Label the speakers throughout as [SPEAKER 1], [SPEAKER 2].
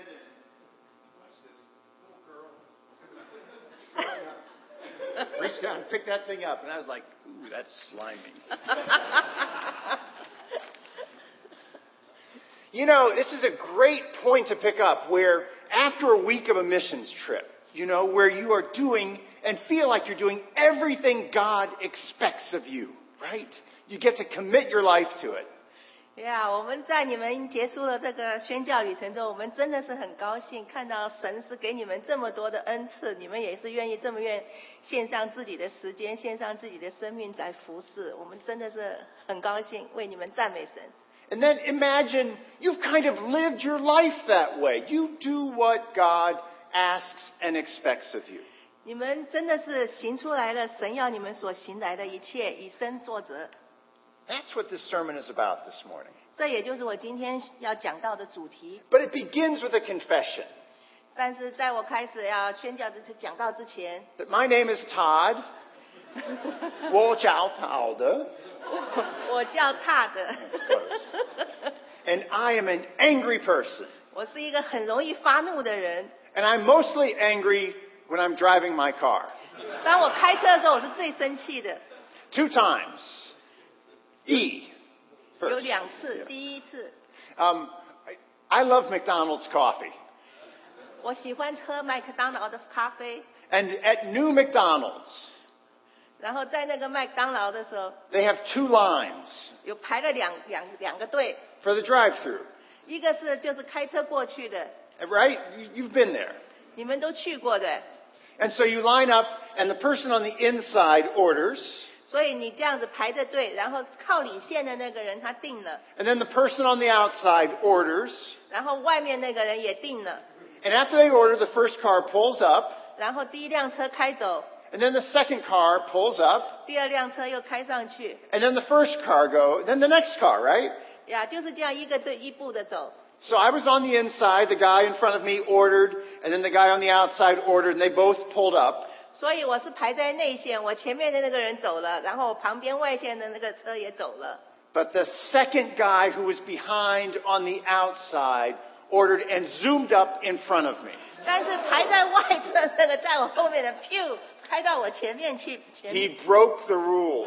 [SPEAKER 1] down and picked that thing up, and I was like, ooh, that's slimy.
[SPEAKER 2] You know, this is a great point to pick up where after a week of a missions trip, you know, where you are doing and feel like you're doing everything God expects of you, right? You get to commit your life to it.
[SPEAKER 3] 哎呀我们在你们结束了这个宣教旅程中，我们真的是很高兴看到神是给你们这么多的恩赐，你们也是愿意这么愿献上自己的时间，献上自己的生命来服侍，我们真的是很高兴，为你们赞美神。
[SPEAKER 2] And then imagine you've kind of lived your life that way. You do what God asks and expects of you.
[SPEAKER 3] 你们真的是行出来了神要你们所行来的一切，以身作则。
[SPEAKER 2] That's what this sermon is about this morning.
[SPEAKER 3] 这也就是我今天要讲到的主题。
[SPEAKER 2] But it begins with a confession
[SPEAKER 3] 但是在我开始要宣教之讲到之前，
[SPEAKER 2] that my name is Todd Walchaltalda,
[SPEAKER 3] 我叫踏的，
[SPEAKER 2] and I am an angry person.
[SPEAKER 3] 我是一个很容易发怒的人。
[SPEAKER 2] And I'm mostly angry when I'm driving my car.
[SPEAKER 3] 当我开车的时候，我是最生气的，
[SPEAKER 2] Two times. E.
[SPEAKER 3] 有
[SPEAKER 2] First.
[SPEAKER 3] 两次。第一次，
[SPEAKER 2] Um, I, I love McDonald's coffee.
[SPEAKER 3] 我喜欢喝麦克当劳的咖啡，
[SPEAKER 2] And at new McDonald's,
[SPEAKER 3] 然后在那个麦当劳的时候，
[SPEAKER 2] they have two lines
[SPEAKER 3] 有排了两两两个队，
[SPEAKER 2] for the drive-through.
[SPEAKER 3] 一个是就是开车过去的，
[SPEAKER 2] Right? You- You've been there.
[SPEAKER 3] 你们都去过的，
[SPEAKER 2] And so you line up, and the person on the inside orders,
[SPEAKER 3] 所以你这样子排着队，然后靠里线的那个人他定了，
[SPEAKER 2] and then the person on the outside orders.
[SPEAKER 3] 然后外面那个人也定了，
[SPEAKER 2] And after they order, the first car pulls up,
[SPEAKER 3] 然后第一辆车开走，
[SPEAKER 2] and then the second car pulls up,
[SPEAKER 3] 第二辆车又开上去，
[SPEAKER 2] And then the first car go, then the next car, right?
[SPEAKER 3] 呀，就是这样一个队一步的走。
[SPEAKER 2] So I was on the inside, the guy in front of me ordered, and then the guy on the outside ordered, and they both pulled up.
[SPEAKER 3] 所以我是排在内线，我前面的那个人走了，然后我旁边外线的那个车也走了。
[SPEAKER 2] But the second guy who was behind on the outside ordered and zoomed up in front of me.
[SPEAKER 3] 但是排在外侧的那个在我后面的 pew 开到我前面去，前面
[SPEAKER 2] He broke the rule.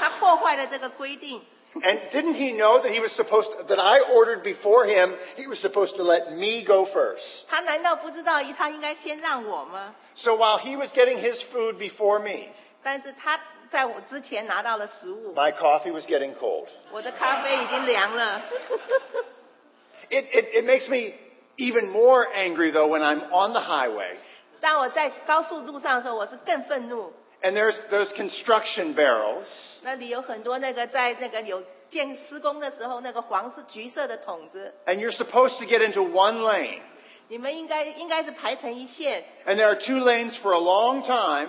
[SPEAKER 3] 他破坏了这个规定。
[SPEAKER 2] And didn't he know that he was supposed that I ordered before him, he was supposed to let me go first.
[SPEAKER 3] 他难道不知道他应该先让我吗？
[SPEAKER 2] So while he was getting his food before me,
[SPEAKER 3] 但是他在我之前拿到了食物，
[SPEAKER 2] my coffee was getting cold.
[SPEAKER 3] 我的咖啡已经凉了。
[SPEAKER 2] It, it, it makes me even more angry though when I'm on the highway
[SPEAKER 3] 当我在高速路上的时候，我是更愤怒。
[SPEAKER 2] and there's those construction barrels
[SPEAKER 3] 那里有很多那个在那个有建施工的时候，那个黄是橘色的桶子，
[SPEAKER 2] and you're supposed to get into one lane
[SPEAKER 3] 你们应该应该是排成一线，
[SPEAKER 2] and there are two lanes for a long time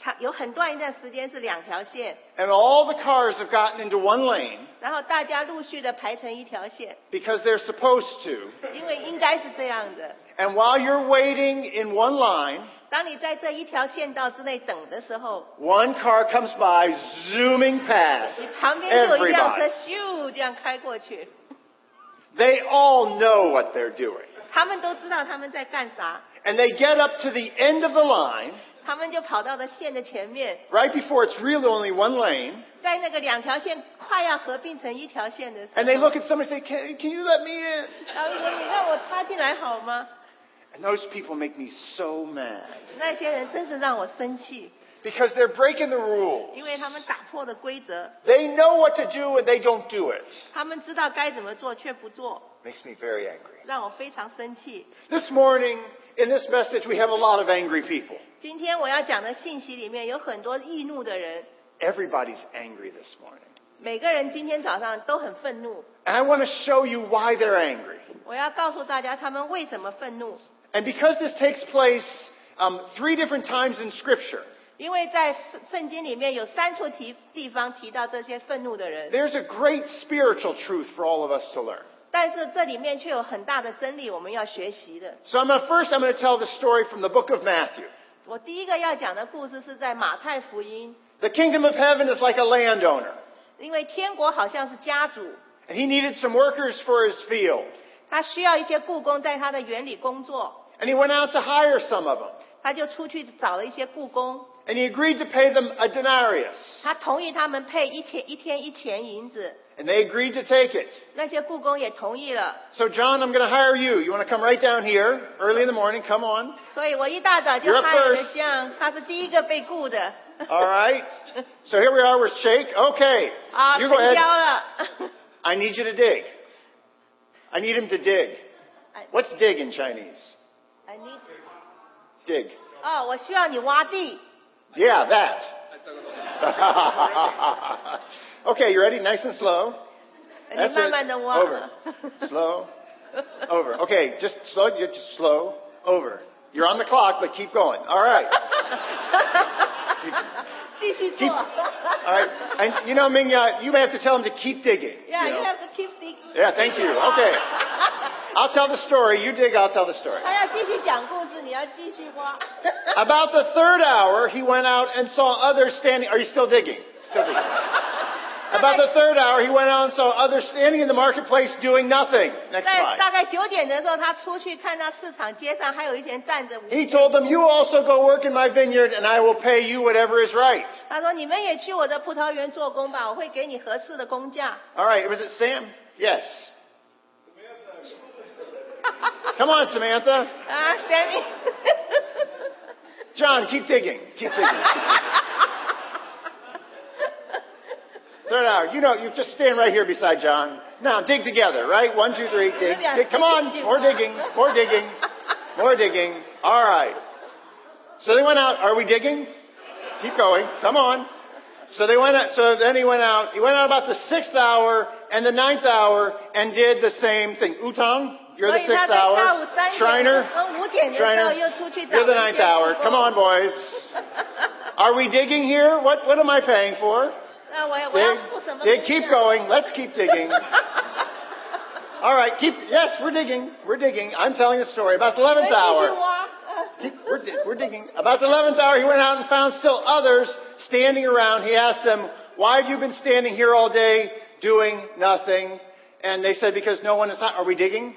[SPEAKER 3] 长有很短一段时间是两条线，
[SPEAKER 2] and all the cars have gotten into one lane
[SPEAKER 3] 然后大家陆续的排成一条线，
[SPEAKER 2] because they're supposed to
[SPEAKER 3] 因为应该是这样的。
[SPEAKER 2] and while you're waiting in one line
[SPEAKER 3] 当你在这一条线道之内等的时候，
[SPEAKER 2] one car comes by zooming past
[SPEAKER 3] 你旁边就有一辆车
[SPEAKER 2] everybody
[SPEAKER 3] 咻这样开过去，
[SPEAKER 2] they all know what they're doing
[SPEAKER 3] 他们都知道他们在干啥，
[SPEAKER 2] and they get up to the end of the line
[SPEAKER 3] 他们就跑到了线的前面，
[SPEAKER 2] right before it's really only one lane
[SPEAKER 3] 在那个两条线快要合并成一条线的时
[SPEAKER 2] And they
[SPEAKER 3] 候
[SPEAKER 2] look，at somebody and say, can, can you let me in?
[SPEAKER 3] 然后说你让我插进来好吗？
[SPEAKER 2] And those people make me so mad
[SPEAKER 3] 那些人真是让我生气，
[SPEAKER 2] because they're breaking the rules.
[SPEAKER 3] 因为他们打破了规则，
[SPEAKER 2] They know what to do and they don't do it.
[SPEAKER 3] 他们知道该怎么做却不做，
[SPEAKER 2] Makes me very angry.
[SPEAKER 3] 让我非常生气。
[SPEAKER 2] This morning, in this message, we have a lot of angry people.
[SPEAKER 3] 今天我要讲的信息里面有很多易怒的人，
[SPEAKER 2] Everybody's angry this morning.
[SPEAKER 3] 每个人今天早上都很愤怒。
[SPEAKER 2] And I want to show you why they're angry.
[SPEAKER 3] 我要告诉大家他们为什么愤怒，
[SPEAKER 2] And because this takes place um, three different times in Scripture,
[SPEAKER 3] 因为在圣圣经里面有三处提地方提到这些愤怒的人，
[SPEAKER 2] there's a great spiritual truth for all of us to learn.
[SPEAKER 3] 但是这里面却有很大的真理我们要学习的。
[SPEAKER 2] So I'm gonna, first, I'm going to tell the story from the book of Matthew.
[SPEAKER 3] 我第一个要讲的故事是在马太福音，
[SPEAKER 2] The kingdom of heaven is like a landowner,
[SPEAKER 3] 因为天国好像是家主，
[SPEAKER 2] and he needed some workers for his field.
[SPEAKER 3] 他需要一些雇工在他的园里工作，
[SPEAKER 2] And he went out to hire some of them.
[SPEAKER 3] 他就出去找了一些雇工，
[SPEAKER 2] And he agreed to pay them a denarius.
[SPEAKER 3] 他同意他们配一钱一天一钱银子，
[SPEAKER 2] And they agreed to take it.
[SPEAKER 3] 那些雇工也同意了，
[SPEAKER 2] So, John, I'm going to hire you. You want to come right down here early in the morning? Come on.
[SPEAKER 3] 所以我一大早就
[SPEAKER 2] You're up
[SPEAKER 3] 派了
[SPEAKER 2] first.
[SPEAKER 3] 像，他是第一个被雇的，
[SPEAKER 2] All right. So here we are with Shake. Okay.
[SPEAKER 3] 啊，
[SPEAKER 2] You go
[SPEAKER 3] 成
[SPEAKER 2] ahead.
[SPEAKER 3] 交了。
[SPEAKER 2] I need you to dig. I need him to dig.
[SPEAKER 3] I-
[SPEAKER 2] What's dig in Chinese?
[SPEAKER 3] I need-
[SPEAKER 2] Dig.
[SPEAKER 3] 哦，我需要你挖地，
[SPEAKER 2] Yeah, that. okay, you ready? Nice and slow.
[SPEAKER 3] 你
[SPEAKER 2] That's
[SPEAKER 3] 慢慢
[SPEAKER 2] it.
[SPEAKER 3] 的挖。
[SPEAKER 2] Over. Slow. Over. Okay, just slow. you Just slow. Over. You're on the clock, but keep going. All right.
[SPEAKER 3] 继续
[SPEAKER 2] Keep.
[SPEAKER 3] 做
[SPEAKER 2] All。right. And you know, Mingya, you may have to tell him to keep digging.
[SPEAKER 3] Yeah,
[SPEAKER 2] you know?
[SPEAKER 3] you have to keep digging.
[SPEAKER 2] Yeah, thank you. Okay. I'll tell the story. You dig, I'll tell the story.
[SPEAKER 3] 他要继续讲故事，你要继续挖。
[SPEAKER 2] About the third hour, he went out and saw others standing. Are you still digging? Still digging. About the third hour, he went out and saw others standing in the marketplace doing nothing. Next
[SPEAKER 3] 在
[SPEAKER 2] slide.
[SPEAKER 3] 大概九点的时候，他出去看到市场街上还有一些人站着。
[SPEAKER 2] He told them, You also go work in my vineyard, and I will pay you whatever is right.
[SPEAKER 3] 他说：“你们也去我的葡萄园做工吧，我会给你合适的工价。
[SPEAKER 2] All right, was it Sam? Yes. Come on, Samantha. ”
[SPEAKER 3] 啊，Sammy，
[SPEAKER 2] John, keep digging. Keep digging. Third hour. You know, you just stand right here beside John. Now, dig together, right? One, two, three, dig.
[SPEAKER 3] Maybe I
[SPEAKER 2] dig. Come on. More digging. More digging. More digging. All right. So they went out. Are we digging? Keep going. Come on. So they went out. So then he went out. He went out about the sixth hour and the ninth hour and did the same thing. Utang, you're
[SPEAKER 3] 所
[SPEAKER 2] the
[SPEAKER 3] 以他
[SPEAKER 2] sixth
[SPEAKER 3] 在下午
[SPEAKER 2] hour.
[SPEAKER 3] 三点的
[SPEAKER 2] Shriner,
[SPEAKER 3] 时候、跟五点的时候
[SPEAKER 2] Trainer,
[SPEAKER 3] 又出去找
[SPEAKER 2] you're the
[SPEAKER 3] 那
[SPEAKER 2] ninth
[SPEAKER 3] 些
[SPEAKER 2] hour.
[SPEAKER 3] 雇
[SPEAKER 2] Come
[SPEAKER 3] 工
[SPEAKER 2] on, boys. Are we digging here? What What am I paying for?
[SPEAKER 3] 那啊我也我要付什
[SPEAKER 2] Dig,
[SPEAKER 3] 么
[SPEAKER 2] dig.
[SPEAKER 3] 东西
[SPEAKER 2] Keep
[SPEAKER 3] 啊
[SPEAKER 2] going. Let's keep digging. All right, keep. Yes, we're digging. We're digging. I'm telling the story about the
[SPEAKER 3] 所以
[SPEAKER 2] eleventh
[SPEAKER 3] 继续
[SPEAKER 2] hour.
[SPEAKER 3] 挖。呃
[SPEAKER 2] Keep, we're, di- we're digging. About the eleventh hour, he went out and found still others standing around. He asked them, "Why have you been standing here all day doing nothing?" And they said, "Because no one is. Hi- Are we digging?"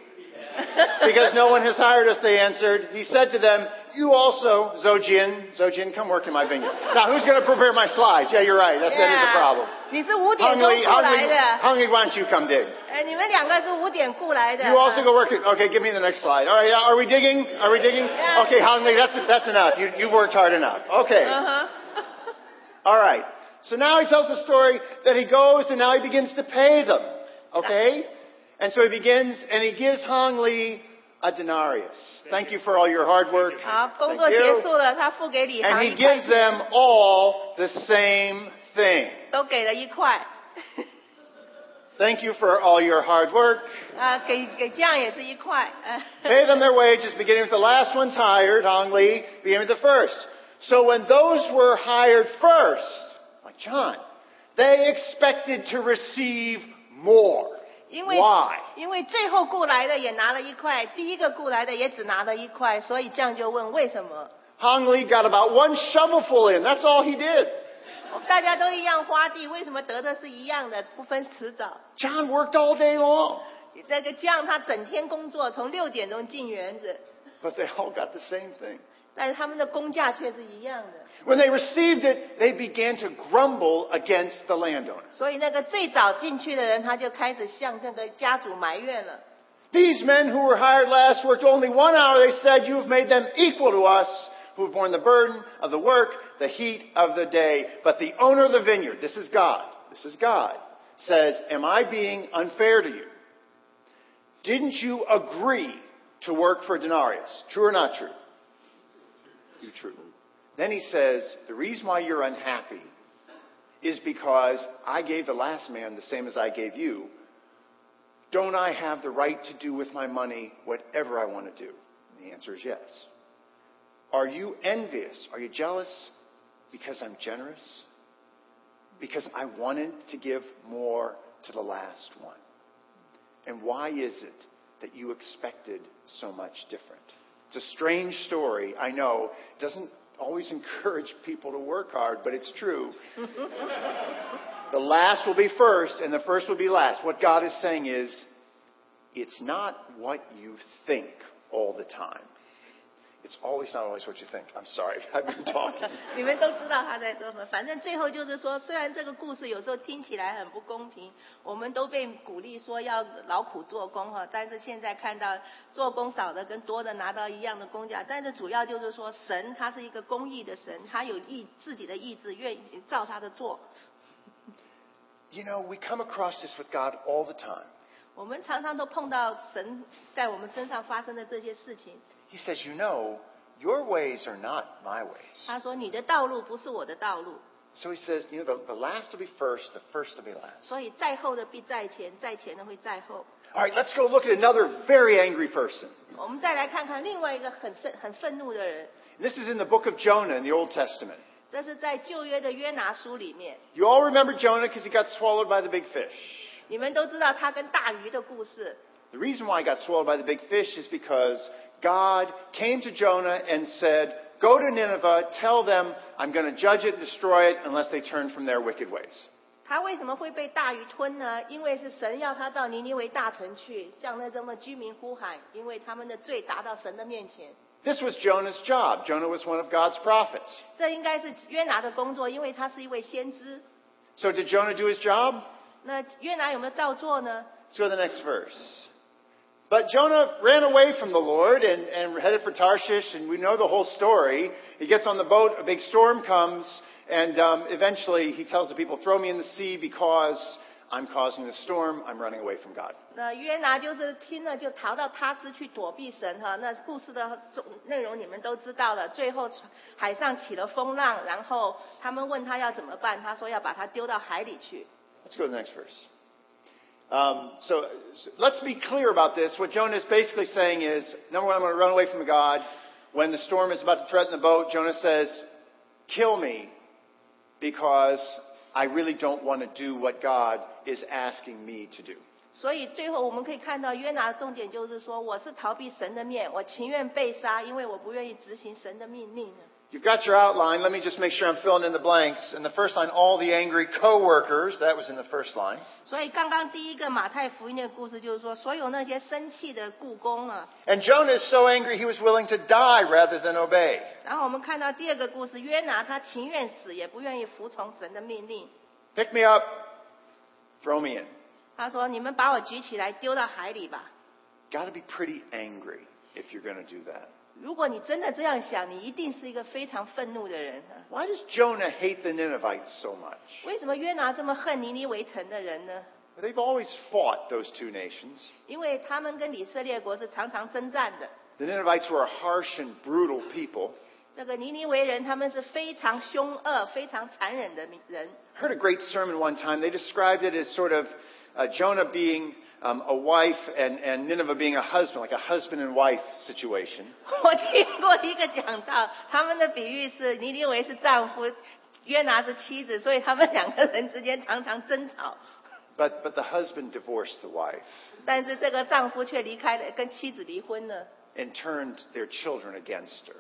[SPEAKER 2] because no one has hired us, they answered. He said to them, You also, Zojin, Zojin, come work in my vineyard. Now, who's going to prepare my slides? Yeah, you're right. That's, That is a problem.
[SPEAKER 3] 你是五点
[SPEAKER 2] Hung
[SPEAKER 3] 钟
[SPEAKER 2] Lee,
[SPEAKER 3] 过
[SPEAKER 2] Hung
[SPEAKER 3] 来
[SPEAKER 2] Lee,
[SPEAKER 3] 的，
[SPEAKER 2] Hung Lee, why don't you come dig?
[SPEAKER 3] 哎，你们两个是五点过来的。
[SPEAKER 2] You also go work. It. Okay, give me the next slide. All right, are we digging? Are we digging?
[SPEAKER 3] Yeah.
[SPEAKER 2] Okay, Hung Lee, that's, that's enough. You, you've worked hard enough. Okay.
[SPEAKER 3] 嗯哼，
[SPEAKER 2] All right. So now he tells the story that he goes and now he begins to pay them. Okay? And so he begins and he gives Hong Lee a denarius. Thank you Ah, for all your hard work.
[SPEAKER 3] 好，工
[SPEAKER 2] Thank
[SPEAKER 3] 作结
[SPEAKER 2] you.
[SPEAKER 3] 束了，他付给李航
[SPEAKER 2] And
[SPEAKER 3] 一
[SPEAKER 2] he
[SPEAKER 3] 块
[SPEAKER 2] gives them all the same thing.
[SPEAKER 3] 都给了一块，
[SPEAKER 2] Thank you for all your hard work.
[SPEAKER 3] 啊，给给酱也是一块，嗯、
[SPEAKER 2] Pay them their wages, beginning with the last ones hired, Hong Lee, beginning with the first. So when those were hired first, like John, they expected to receive more.
[SPEAKER 3] 因为
[SPEAKER 2] Why?
[SPEAKER 3] 因为最后雇来的也拿了一块，第一个雇来的也只拿了一块，所以酱就问为什么？
[SPEAKER 2] Hong Lee got about one shovelful in. That's all he did.
[SPEAKER 3] 大家都一样花地，为什么得的是一样的，不分迟早？
[SPEAKER 2] John worked all day long,
[SPEAKER 3] 那个酱他整天工作，从六点钟进园子，
[SPEAKER 2] but they all got the same thing.
[SPEAKER 3] 但是他们的工价却是一样的。
[SPEAKER 2] When they received it, they began to grumble against the landowner.
[SPEAKER 3] 所以那个最早进去的人，他就开始向那个家主埋怨了。
[SPEAKER 2] These men who were hired last worked only one hour. They said, You've made them equal to us who have borne the burden of the work, the heat of the day. But the owner of the vineyard, this is God, this is God, says, Am I being unfair to you? Didn't you agree to work for denarius? True or not true? You true. Then he says, The reason why you're unhappy is because I gave the last man the same as I gave you. Don't I have the right to do with my money whatever I want to do? And the answer is yes. Are you envious? Are you jealous because I'm generous? Because I wanted to give more to the last one. And why is it that you expected so much different? It's a strange story, I know. It doesn't always encourage people to work hard, but it's true. The last will be first, and the first will be last. What God is saying is, it's not what you think all the time. It's always not always what you think. I'm sorry. I've been talking.
[SPEAKER 3] 你们都知道他在说什么。反正最后就是说，虽然这个故事有时候听起来很不公平，我们都被鼓励说要劳苦做工哈，但是现在看到做工少的跟多的拿到一样的工价，但是主要就是说神他是一个公义的神，他有意自己的意志，愿意照他的做。
[SPEAKER 2] you know, we come across this with God all the time.
[SPEAKER 3] 我们常常都碰到神在我们身上发生的这些事情。
[SPEAKER 2] He says, You know, your ways are not my ways.
[SPEAKER 3] 他说：“你的道路不是我的道路，
[SPEAKER 2] So he says, You know, the, the last will be first, the first will be last.
[SPEAKER 3] 所以在后的必在前，在前的会在后。
[SPEAKER 2] All right, let's go look at another very angry person. ”
[SPEAKER 3] 我们再来看看另外一个很愤很愤怒的人，
[SPEAKER 2] This is in the book of Jonah in the Old Testament.
[SPEAKER 3] 这是在旧约的约拿书里面，
[SPEAKER 2] You all remember Jonah because he got swallowed by the big fish.
[SPEAKER 3] 你们都知道他跟大鱼的故事。
[SPEAKER 2] The reason why he got swallowed by the big fish is because God came to Jonah and said, Go to Nineveh, tell them I'm going to judge it, destroy it, unless they turn from their wicked ways.
[SPEAKER 3] 他为什么会被大鱼吞呢？因为是神要他到尼尼微大城去，向那这么居民呼喊，因为他们的罪达到神的面前。
[SPEAKER 2] This was Jonah's job. Jonah was one of God's prophets.
[SPEAKER 3] 这应该是约拿的工作，因为他是一位先知。
[SPEAKER 2] So did Jonah do his job?
[SPEAKER 3] 那约拿有没有照做呢？
[SPEAKER 2] Let's go to the next verse. But Jonah ran away from the Lord and, and headed for Tarshish, and we know the whole story. He gets on the boat, a big storm comes, and um, eventually he tells the people, Throw me in the sea because I'm causing the storm, I'm running away from God.
[SPEAKER 3] 那约拿就是听了就逃到他斯去躲避神哈。那故事的总内容你们都知道了。最后海上起了风浪，然后他们问他要怎么办，他说要把他丢到海里去。
[SPEAKER 2] Let's go to the next verse. Um, so, so let's be clear about this. What Jonah is basically saying is, number one, I'm going to run away from God. When the storm is about to threaten the boat, Jonah says, "Kill me, because I really don't want to do what God is asking me to do."
[SPEAKER 3] 所以最后我们可以看到约拿的重点就是说，我是逃避神的面，我情愿被杀，因为我不愿意执行神的命令。啊
[SPEAKER 2] You've got your outline. Let me just make sure I'm filling in the blanks. In the first line, all the angry coworkers. That was in the first line.
[SPEAKER 3] 所以刚刚第一个马太福音的故事就是说，所有那些生气的故宫啊，
[SPEAKER 2] And Jonah is so angry he was willing to die rather than obey.
[SPEAKER 3] 然后我们看到第二个故事，约拿他情愿死，也不愿意服从神的命令。
[SPEAKER 2] Pick me up. Throw me in.
[SPEAKER 3] 他说：“你们把我举起来，丢到海里吧。
[SPEAKER 2] Got to be pretty angry if you're going to do that.
[SPEAKER 3] 如果你真的这样想，你一定是一个非常愤怒的人。啊
[SPEAKER 2] Why does Jonah hate the Ninevites so much?
[SPEAKER 3] 为什么约拿这么恨尼尼微城的人呢？
[SPEAKER 2] They've always fought those two nations.
[SPEAKER 3] 因为他们跟以色列国是常常征战的。
[SPEAKER 2] The Ninevites were a harsh and brutal people.
[SPEAKER 3] 这个尼尼微人，他们是非常凶恶、非常残忍的民人。
[SPEAKER 2] I heard a great sermon one time. They described it as sort of uh, Jonah being um, a wife and, and Nineveh being a husband, like a husband and wife situation.
[SPEAKER 3] 我听过一个讲到，他们的比喻是尼尼微是丈夫，约拿是妻子，所以他们两个人之间常常争吵。
[SPEAKER 2] But, but the husband divorced the wife
[SPEAKER 3] 但是这个丈夫却离开了，跟妻子离婚了。”
[SPEAKER 2] and turned their children against her.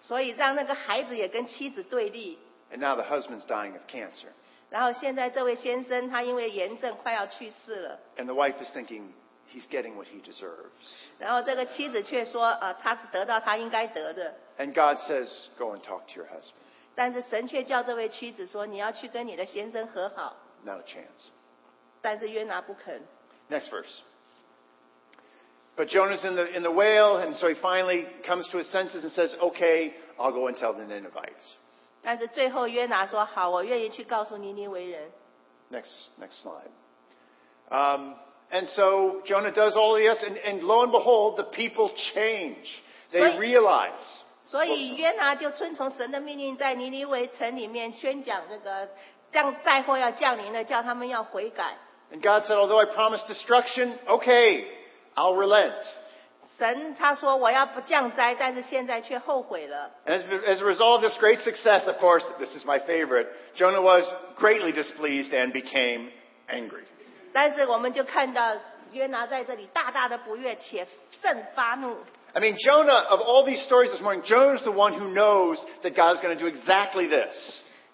[SPEAKER 3] 所以让那个孩子也跟妻子对立。
[SPEAKER 2] And now the husband's dying of cancer.
[SPEAKER 3] 然后现在这位先生他因为炎症快要去世了，
[SPEAKER 2] And the wife is thinking, he's getting what he deserves.
[SPEAKER 3] 然后这个妻子却说，呃，他是得到他应该得的，
[SPEAKER 2] And God says, Go and talk to your husband.
[SPEAKER 3] 但是神却叫这位妻子说，你要去跟你的先生和好，
[SPEAKER 2] Not a chance.
[SPEAKER 3] 但是约拿不肯。
[SPEAKER 2] Next verse. But Jonah's in the, in the whale, and so he finally comes to his senses and says, Okay, I'll go and tell the Ninevites.
[SPEAKER 3] 但是最后约拿说，好，我愿意去告诉尼尼为人。
[SPEAKER 2] Next, next slide. Um, and so Jonah does all of this, and, and lo and behold, the people change. They
[SPEAKER 3] Right.
[SPEAKER 2] realize.
[SPEAKER 3] 所以约拿就遵从神的命令，在尼尼微城里面宣讲这个降灾祸要降临了，叫他们要悔改。
[SPEAKER 2] And God said, Although I promised destruction, okay, I'll relent.
[SPEAKER 3] 神他说我要不降灾，但是现在却后悔了。
[SPEAKER 2] And as, as a result of this great success, of course, this is my favorite, Jonah was greatly displeased and became angry.
[SPEAKER 3] 但是我们就看到约拿在这里大大的不悦，且甚发怒。
[SPEAKER 2] I mean, Jonah, of all these stories this morning, Jonah's the one who knows that God is going to do exactly this.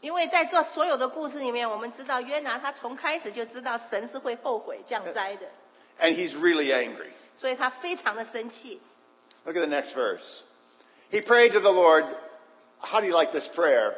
[SPEAKER 3] 因为在这所有的故事里面，我们知道约拿他从开始就知道神是会后悔降灾的，
[SPEAKER 2] And he's really angry.
[SPEAKER 3] 所以他非常的生气。
[SPEAKER 2] Look at the next verse. He prayed to the Lord. How do you like this prayer?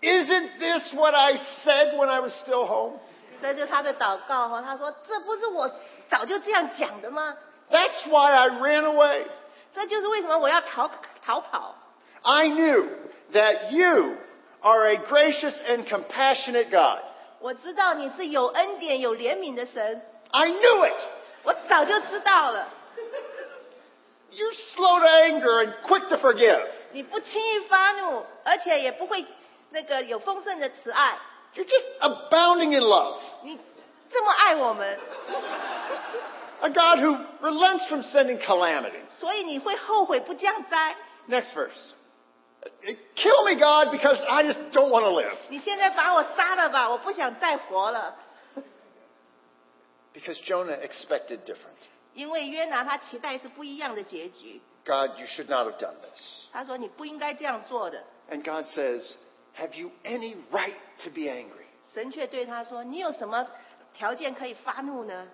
[SPEAKER 2] Isn't this what I said when I was still home?
[SPEAKER 3] 这就是他的祷告哈。他说：“这不是我早就这样讲的吗？
[SPEAKER 2] That's why I ran away.
[SPEAKER 3] 这就是为什么我要逃逃跑。
[SPEAKER 2] I knew that you are a gracious and compassionate God.
[SPEAKER 3] 我知道你是有恩典、有怜悯的神，
[SPEAKER 2] I knew it.
[SPEAKER 3] 我早就知道了。
[SPEAKER 2] You're slow to anger and quick to forgive.
[SPEAKER 3] 你不轻易发怒，而且也不会那个有丰盛的慈爱。
[SPEAKER 2] You're just abounding in love.
[SPEAKER 3] 你这么爱我们，
[SPEAKER 2] A God who relents from sending calamities.
[SPEAKER 3] 所以你会后悔不降灾。
[SPEAKER 2] Next verse. Uh, Kill me, God, because I just don't want to live.
[SPEAKER 3] 你现在把我杀了吧，我不想再活了。
[SPEAKER 2] Because Jonah expected different.
[SPEAKER 3] 因为约拿他期待是不一样的结局。
[SPEAKER 2] God, you should not have done this.
[SPEAKER 3] 他说你不应该这样做的。
[SPEAKER 2] And God says, Have you any right to be angry?
[SPEAKER 3] 神却对他说：“你有什么条件可以发怒呢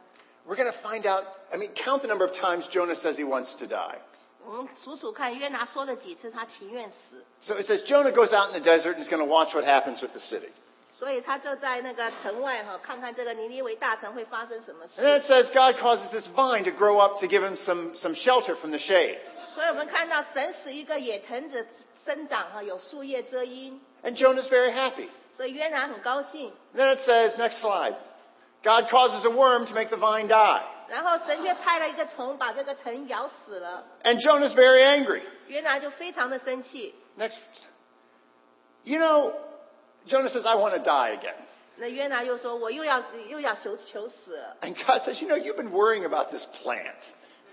[SPEAKER 2] We're going to find out. I mean, count the number of times Jonah says he wants to die.？”
[SPEAKER 3] 我们数数看，约拿说了几次他情愿死，
[SPEAKER 2] So it says Jonah goes out in the desert and is going to watch what happens with the city.
[SPEAKER 3] 所以他就在那个城外哈，看看这个尼尼微大城会发生什么
[SPEAKER 2] And then
[SPEAKER 3] 事
[SPEAKER 2] it。says God causes this vine to grow up to give him some, some shelter from the shade.
[SPEAKER 3] 所以我们看到神使一个野藤子生长哈，有树叶遮阴，
[SPEAKER 2] And Jonah's very happy.
[SPEAKER 3] 所以约拿很高兴。
[SPEAKER 2] Then it says, next slide, God causes a worm to make the vine die.
[SPEAKER 3] 然后神却派了一个虫把这个藤咬死了，
[SPEAKER 2] And Jonah's very angry.
[SPEAKER 3] 约拿就非常的生气。
[SPEAKER 2] Next. You know, Jonah says, I want to die again.
[SPEAKER 3] 那约拿又说：“我又要又要求求死了。
[SPEAKER 2] And God says, You know, you've been worrying about this plant. ”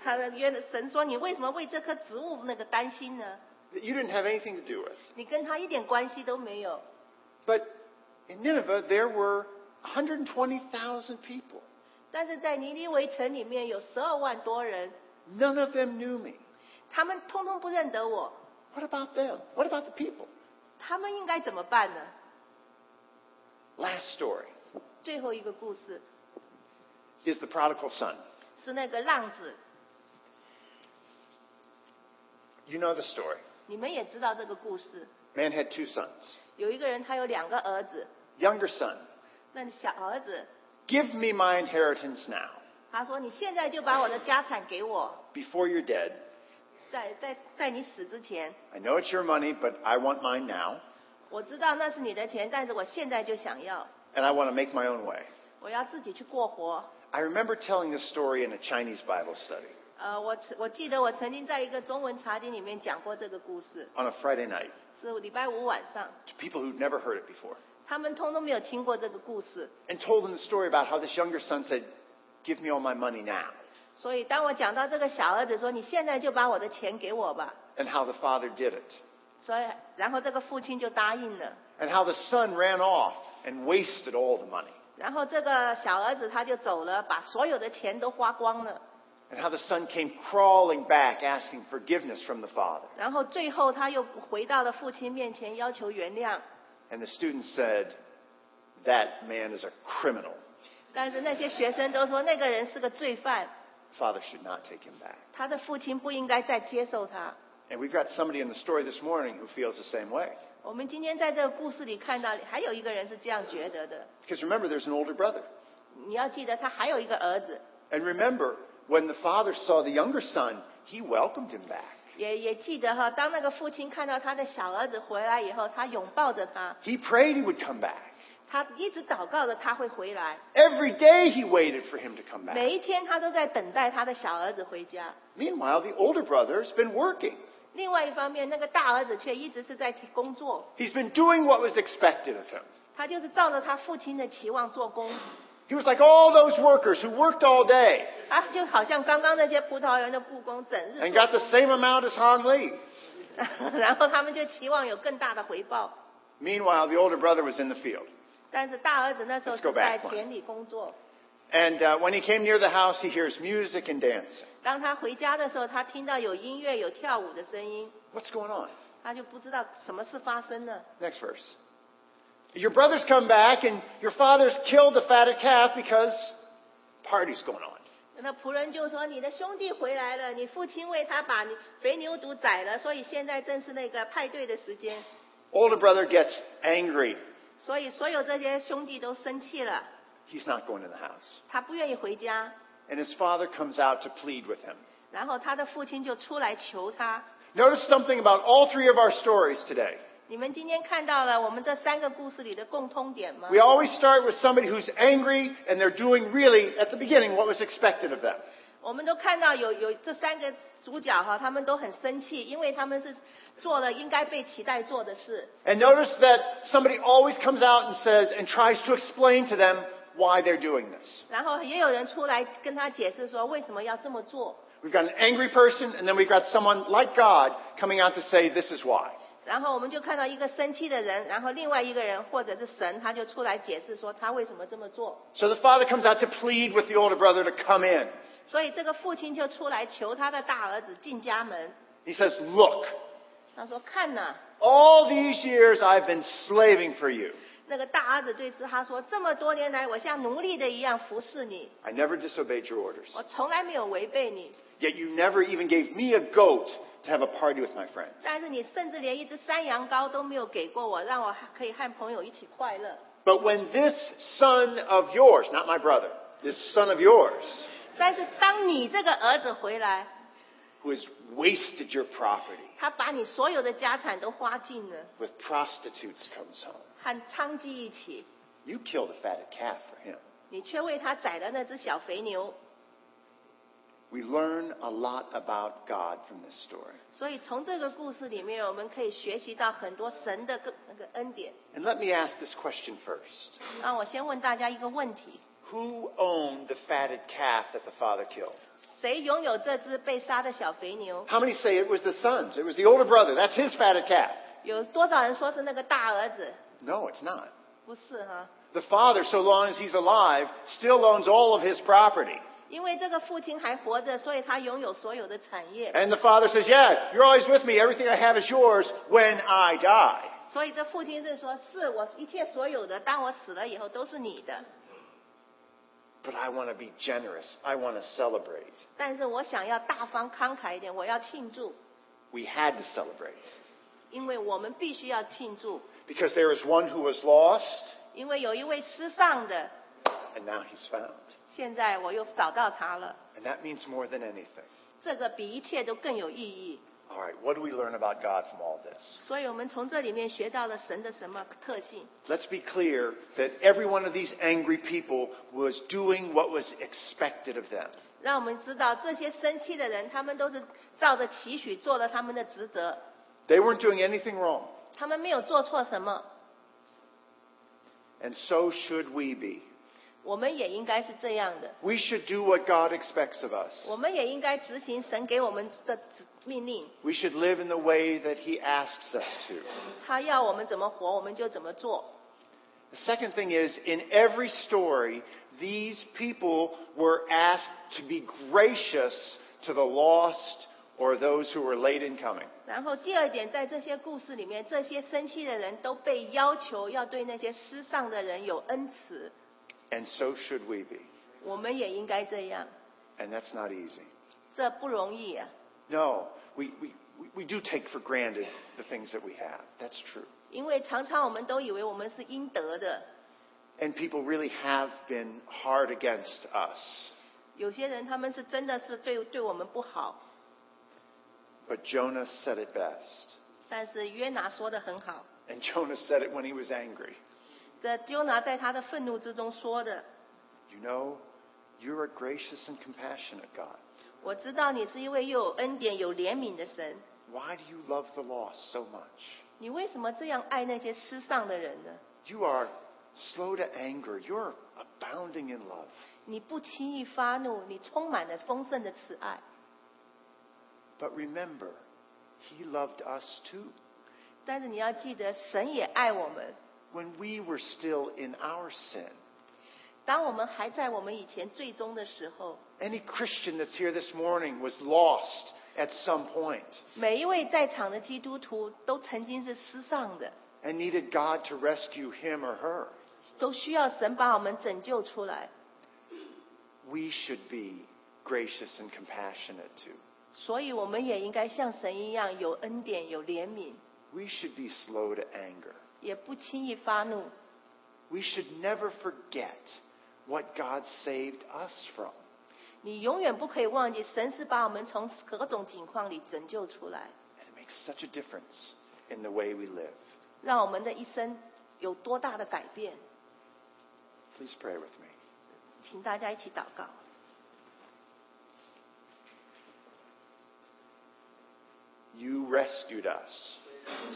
[SPEAKER 3] 他的约神说：“你为什么为这棵植物那个担心呢？
[SPEAKER 2] that You didn't have anything to do with.
[SPEAKER 3] 你跟他一点关系都没有。
[SPEAKER 2] But in Nineveh, there were 120,000 people.
[SPEAKER 3] 但是在尼尼微城里面有十二万多人，
[SPEAKER 2] None of them knew me.
[SPEAKER 3] 他们通通不认得我，
[SPEAKER 2] What about them? What about the people?
[SPEAKER 3] 他们应该怎么办呢？
[SPEAKER 2] Last story
[SPEAKER 3] 最后一个故事
[SPEAKER 2] is the prodigal son.
[SPEAKER 3] 是那个浪子，
[SPEAKER 2] You know the story.
[SPEAKER 3] 你们也知道这个故事。
[SPEAKER 2] Man had two sons.
[SPEAKER 3] 有一个人他有两个儿子，
[SPEAKER 2] Younger son,
[SPEAKER 3] 那小儿子
[SPEAKER 2] give me my inheritance now,
[SPEAKER 3] 他说：“你现在就把我的家产给我，
[SPEAKER 2] before you're dead.
[SPEAKER 3] 在在在你死之前，
[SPEAKER 2] I know it's your money, but I want mine now,
[SPEAKER 3] 我知道那是你的钱，但是我现在就想要，
[SPEAKER 2] and I want to make my own way.
[SPEAKER 3] 我要自己去过活。
[SPEAKER 2] I remember telling this story in a Chinese Bible study ”
[SPEAKER 3] 呃，我我记得我曾经在一个中文茶经里面讲过这个故事，
[SPEAKER 2] on a Friday night
[SPEAKER 3] 是礼拜五晚上，
[SPEAKER 2] to people who'd never heard it before.
[SPEAKER 3] 他们通通没有听过这个故事。
[SPEAKER 2] and told him the story about how this younger son said, Give me all my money now.
[SPEAKER 3] 所以当我讲到这个小儿子说：“你现在就把我的钱给我吧。
[SPEAKER 2] And how the father did it. ”
[SPEAKER 3] 所以，然后这个父亲就答应了。
[SPEAKER 2] And how the son ran off and wasted all the money.
[SPEAKER 3] 然后这个小儿子他就走了，把所有的钱都花光了。
[SPEAKER 2] And how the son came crawling back asking forgiveness from the father.
[SPEAKER 3] 然后最后他又回到了父亲面前，要求原谅。
[SPEAKER 2] And the student said, That man is a criminal.
[SPEAKER 3] 但是那些学生都说那个人是个罪犯，
[SPEAKER 2] Father should not take him back.
[SPEAKER 3] 他的父亲不应该再接受他。
[SPEAKER 2] And we've got somebody in the story this morning who feels the same way.
[SPEAKER 3] 我们今天在这个故事里看到，还有一个人是这样觉得的。
[SPEAKER 2] Because remember, there's an older brother.
[SPEAKER 3] 你要记得，他还有一个儿子，
[SPEAKER 2] And remember, when the father saw the younger son, he welcomed him back.
[SPEAKER 3] 也也记得哈。当那个父亲看到他的小儿子回来以后，他拥抱着他，
[SPEAKER 2] He prayed he would come back.
[SPEAKER 3] 他一直祷告着他会回来。
[SPEAKER 2] Every day he waited for him to come back.
[SPEAKER 3] 每一天他都在等待他的小儿子回家。
[SPEAKER 2] Meanwhile, the older brother's been working.
[SPEAKER 3] 另外一方面，那个大儿子却一直是在工作，
[SPEAKER 2] He's been doing what was expected of him.
[SPEAKER 3] 他就是照着他父亲的期望做工。
[SPEAKER 2] He was like all those workers who worked all day
[SPEAKER 3] 啊，就好像刚刚那些葡萄园的故宫整
[SPEAKER 2] and
[SPEAKER 3] 日
[SPEAKER 2] got the same amount as Han Lee.
[SPEAKER 3] 做， 然后他们就期望有更大的回报。
[SPEAKER 2] Meanwhile, the older brother was in the field.
[SPEAKER 3] 但是大儿子那时候
[SPEAKER 2] Let's go
[SPEAKER 3] 是在
[SPEAKER 2] back one.
[SPEAKER 3] 田里工作。
[SPEAKER 2] And uh, when he came near the house, he hears music and dancing.
[SPEAKER 3] 当他回家的时候，他听到有音乐、有跳舞的声音，
[SPEAKER 2] What's going on?
[SPEAKER 3] 他就不知道什么事发生了。
[SPEAKER 2] Next verse. Your brother's come back, and your father's killed the fatted calf because party's going on.
[SPEAKER 3] 那仆人就说：“你的兄弟回来了，你父亲为他把你肥牛犊宰了，所以现在正是那个派对的时间。
[SPEAKER 2] Older brother gets angry.
[SPEAKER 3] 所以所有这些兄弟都生气了，
[SPEAKER 2] He's not going to the house.
[SPEAKER 3] 他不愿意回家。
[SPEAKER 2] And his father comes out to plead with him.
[SPEAKER 3] 然后他的父亲就出来求他。
[SPEAKER 2] Notice something about all three of our stories today.
[SPEAKER 3] 你们今天看到了我们这三个故事里的共通点吗？
[SPEAKER 2] We always start with somebody who's angry and they're doing really, at the beginning, what was expected of them.
[SPEAKER 3] 我们都看到有有这三个主角哈，他们都很生气，因为他们是做了应该被期待做的事。
[SPEAKER 2] And notice that somebody always comes out and says and tries to explain to them why they're doing this.
[SPEAKER 3] 然后也有人出来跟他解释说为什么要这么做。
[SPEAKER 2] We've got an angry person, and then we've got someone like God coming out to say, This is why.
[SPEAKER 3] 然后我们就看到一个生气的人，然后另外一个人或者是神，他就出来解释说他为什么这么做。
[SPEAKER 2] So the father comes out to plead with the older brother to come in.
[SPEAKER 3] 所以这个父亲就出来求他的大儿子进家门，
[SPEAKER 2] He says, Look,
[SPEAKER 3] 他说：“看呐、
[SPEAKER 2] all these years I've been slaving for you.
[SPEAKER 3] 那个大儿子对他说：“这么多年来，我像奴隶的一样服侍你，
[SPEAKER 2] I never disobeyed your orders.
[SPEAKER 3] 我从来没有违背你，
[SPEAKER 2] Yet you never even gave me a goat to have a party with my friends.
[SPEAKER 3] 但是你甚至连一只山羊羔都没有给过我，让我可以和朋友一起快乐。
[SPEAKER 2] But when this son of yours, not my brother, this son of yours,
[SPEAKER 3] 但是当你这个儿子回来，
[SPEAKER 2] who has wasted your property
[SPEAKER 3] 他把你所有的家产都花尽了，
[SPEAKER 2] with prostitutes comes home,
[SPEAKER 3] 和娼妓一起，
[SPEAKER 2] you kill the fatted calf for him.
[SPEAKER 3] 你却为他宰了那只小肥牛。
[SPEAKER 2] We learn a lot about God from this story.
[SPEAKER 3] 所以从这个故事里面，我们可以学习到很多神的个那个恩典。
[SPEAKER 2] And let me ask this question first.
[SPEAKER 3] 那我先问大家一个问题：
[SPEAKER 2] Who owned the fatted calf that the father killed?
[SPEAKER 3] 谁拥有这只被杀的小肥牛？
[SPEAKER 2] How many say it was the sons? It was the older brother. That's his fatted calf.
[SPEAKER 3] 有多少人说是那个大儿子？
[SPEAKER 2] No, it's not.
[SPEAKER 3] 不是哈，
[SPEAKER 2] The father, so long as he's alive, still owns all of his property.
[SPEAKER 3] 因为这个父亲还活着，所以他拥有所有的产业，
[SPEAKER 2] And the father says, Yeah, you're always with me. Everything I have is yours when I die.
[SPEAKER 3] 所以这父亲是说，是我一切所有的，当我死了以后都是你的。
[SPEAKER 2] But I want to be generous. I want to celebrate.
[SPEAKER 3] 但是我想要大方慷慨一点，我要庆祝，
[SPEAKER 2] We had to celebrate
[SPEAKER 3] 因为我们必须要庆祝，
[SPEAKER 2] because there is one who was lost
[SPEAKER 3] 因为有一位失丧的，
[SPEAKER 2] and now he's found.
[SPEAKER 3] 现在我又找到他了，
[SPEAKER 2] And that means more than anything.
[SPEAKER 3] 这个比一切都更有意义。
[SPEAKER 2] All right, what do we learn about God from all this?
[SPEAKER 3] 所以我们从这里面学到了神的什么特性？
[SPEAKER 2] Let's be clear that every one of these angry people was doing what was expected of them.
[SPEAKER 3] 让我们知道，这些生气的人，他们都是照着期许做了他们的职责，
[SPEAKER 2] They weren't doing anything wrong.
[SPEAKER 3] 他们没有做错什么。
[SPEAKER 2] And so should we be.
[SPEAKER 3] 我们也应该是这样的，
[SPEAKER 2] We should do what God expects of us.
[SPEAKER 3] 我们也应该执行神给我们的指命令。
[SPEAKER 2] We should live in the way that He asks us to. The
[SPEAKER 3] 他要我们怎么活，我们就怎么做。
[SPEAKER 2] second thing is, in every story, these people were asked to be gracious to the lost or those who were late in coming.
[SPEAKER 3] 然后第二点，在这些故事里面，这些生气的人都被要求要对那些失丧的人有恩慈，
[SPEAKER 2] And so should we be.
[SPEAKER 3] 我们也应该这样。
[SPEAKER 2] And that's not easy.
[SPEAKER 3] 这不容易啊，
[SPEAKER 2] No, we, we, we- we do take for granted the things that we have. That's true.
[SPEAKER 3] 因为常常我们都以为我们是应得的，
[SPEAKER 2] And people really have been hard against us.
[SPEAKER 3] 有些人他们是真的是对对我们不好。
[SPEAKER 2] But Jonah said it best.
[SPEAKER 3] 但是约拿说的很好，
[SPEAKER 2] And Jonah said it when he was angry.
[SPEAKER 3] 这丢拿在他的愤怒之中说的。
[SPEAKER 2] You know, you're a gracious and compassionate God.
[SPEAKER 3] 我知道你是一位又有恩典、有怜悯的神，
[SPEAKER 2] Why do you love the lost so much?
[SPEAKER 3] 你为什么这样爱那些失丧的人呢？
[SPEAKER 2] You are slow to anger. You're abounding in love.
[SPEAKER 3] 你不轻易发怒，你充满了丰盛的慈爱。
[SPEAKER 2] But remember, He loved us too.
[SPEAKER 3] 但是你要记得，神也爱我们。
[SPEAKER 2] When we were still in our sin,
[SPEAKER 3] 当我们还在我们以前最终的时候，
[SPEAKER 2] any Christian that's here this morning was lost at some point
[SPEAKER 3] 每一位在场的基督徒都曾经是失丧的，
[SPEAKER 2] and needed God to rescue him or her.
[SPEAKER 3] 都需要神把我们拯救出来。
[SPEAKER 2] We should be gracious and compassionate to.
[SPEAKER 3] 所以我们也应该像神一样有恩典、有怜悯，
[SPEAKER 2] We should be slow to anger.
[SPEAKER 3] 也不轻易发怒。
[SPEAKER 2] We should never forget what God saved us from.
[SPEAKER 3] 你永远不可以忘记，神是把我们从各种境况里拯救出来，
[SPEAKER 2] And it makes such a difference in the way we live.
[SPEAKER 3] 让我们的一生有多大的改变。
[SPEAKER 2] Please pray with me.
[SPEAKER 3] 请大家一起祷告。
[SPEAKER 2] You rescued us.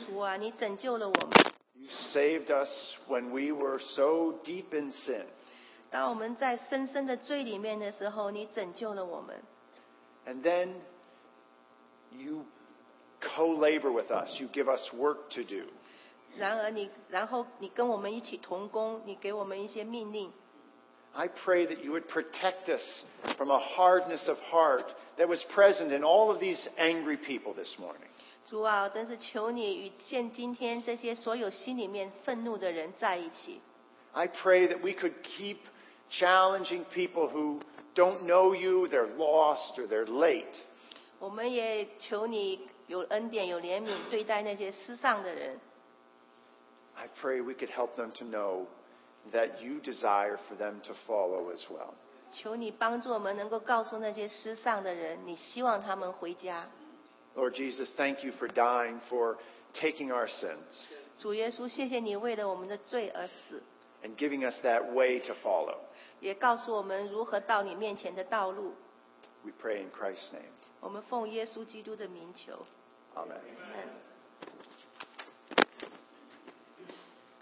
[SPEAKER 3] 主啊，你拯救了我们。
[SPEAKER 2] You saved us when we were so deep in sin.
[SPEAKER 3] 当我们在深深的罪里面的时候，你拯救了我们。
[SPEAKER 2] And then you co labor with us. You give us work to do.
[SPEAKER 3] 然而你，然后你跟我们一起同工，你给我们一些命令。
[SPEAKER 2] I pray that you would protect us from a hardness of heart that was present in all of these angry people this morning.
[SPEAKER 3] 主啊，真是求你与现今天这些所有心里面愤怒的人在一起。
[SPEAKER 2] I pray that we could keep challenging people who don't know you, they're lost, or they're late.
[SPEAKER 3] 我们也求你有恩典、有怜悯对待那些失丧的人。
[SPEAKER 2] I pray we could help them to know that you desire for them to follow as well.
[SPEAKER 3] 求你帮助我们能够告诉那些失丧的人，你希望他们回家。
[SPEAKER 2] Lord Jesus, thank you for dying, for taking our sins,
[SPEAKER 3] 主耶稣，谢谢你为了我们的罪而死，
[SPEAKER 2] and giving us that way to follow.
[SPEAKER 3] 也告诉我们如何到你面前的道路。
[SPEAKER 2] We pray in Christ's name.
[SPEAKER 3] 我们奉耶稣基督的名求，
[SPEAKER 2] Amen.
[SPEAKER 3] 阿门。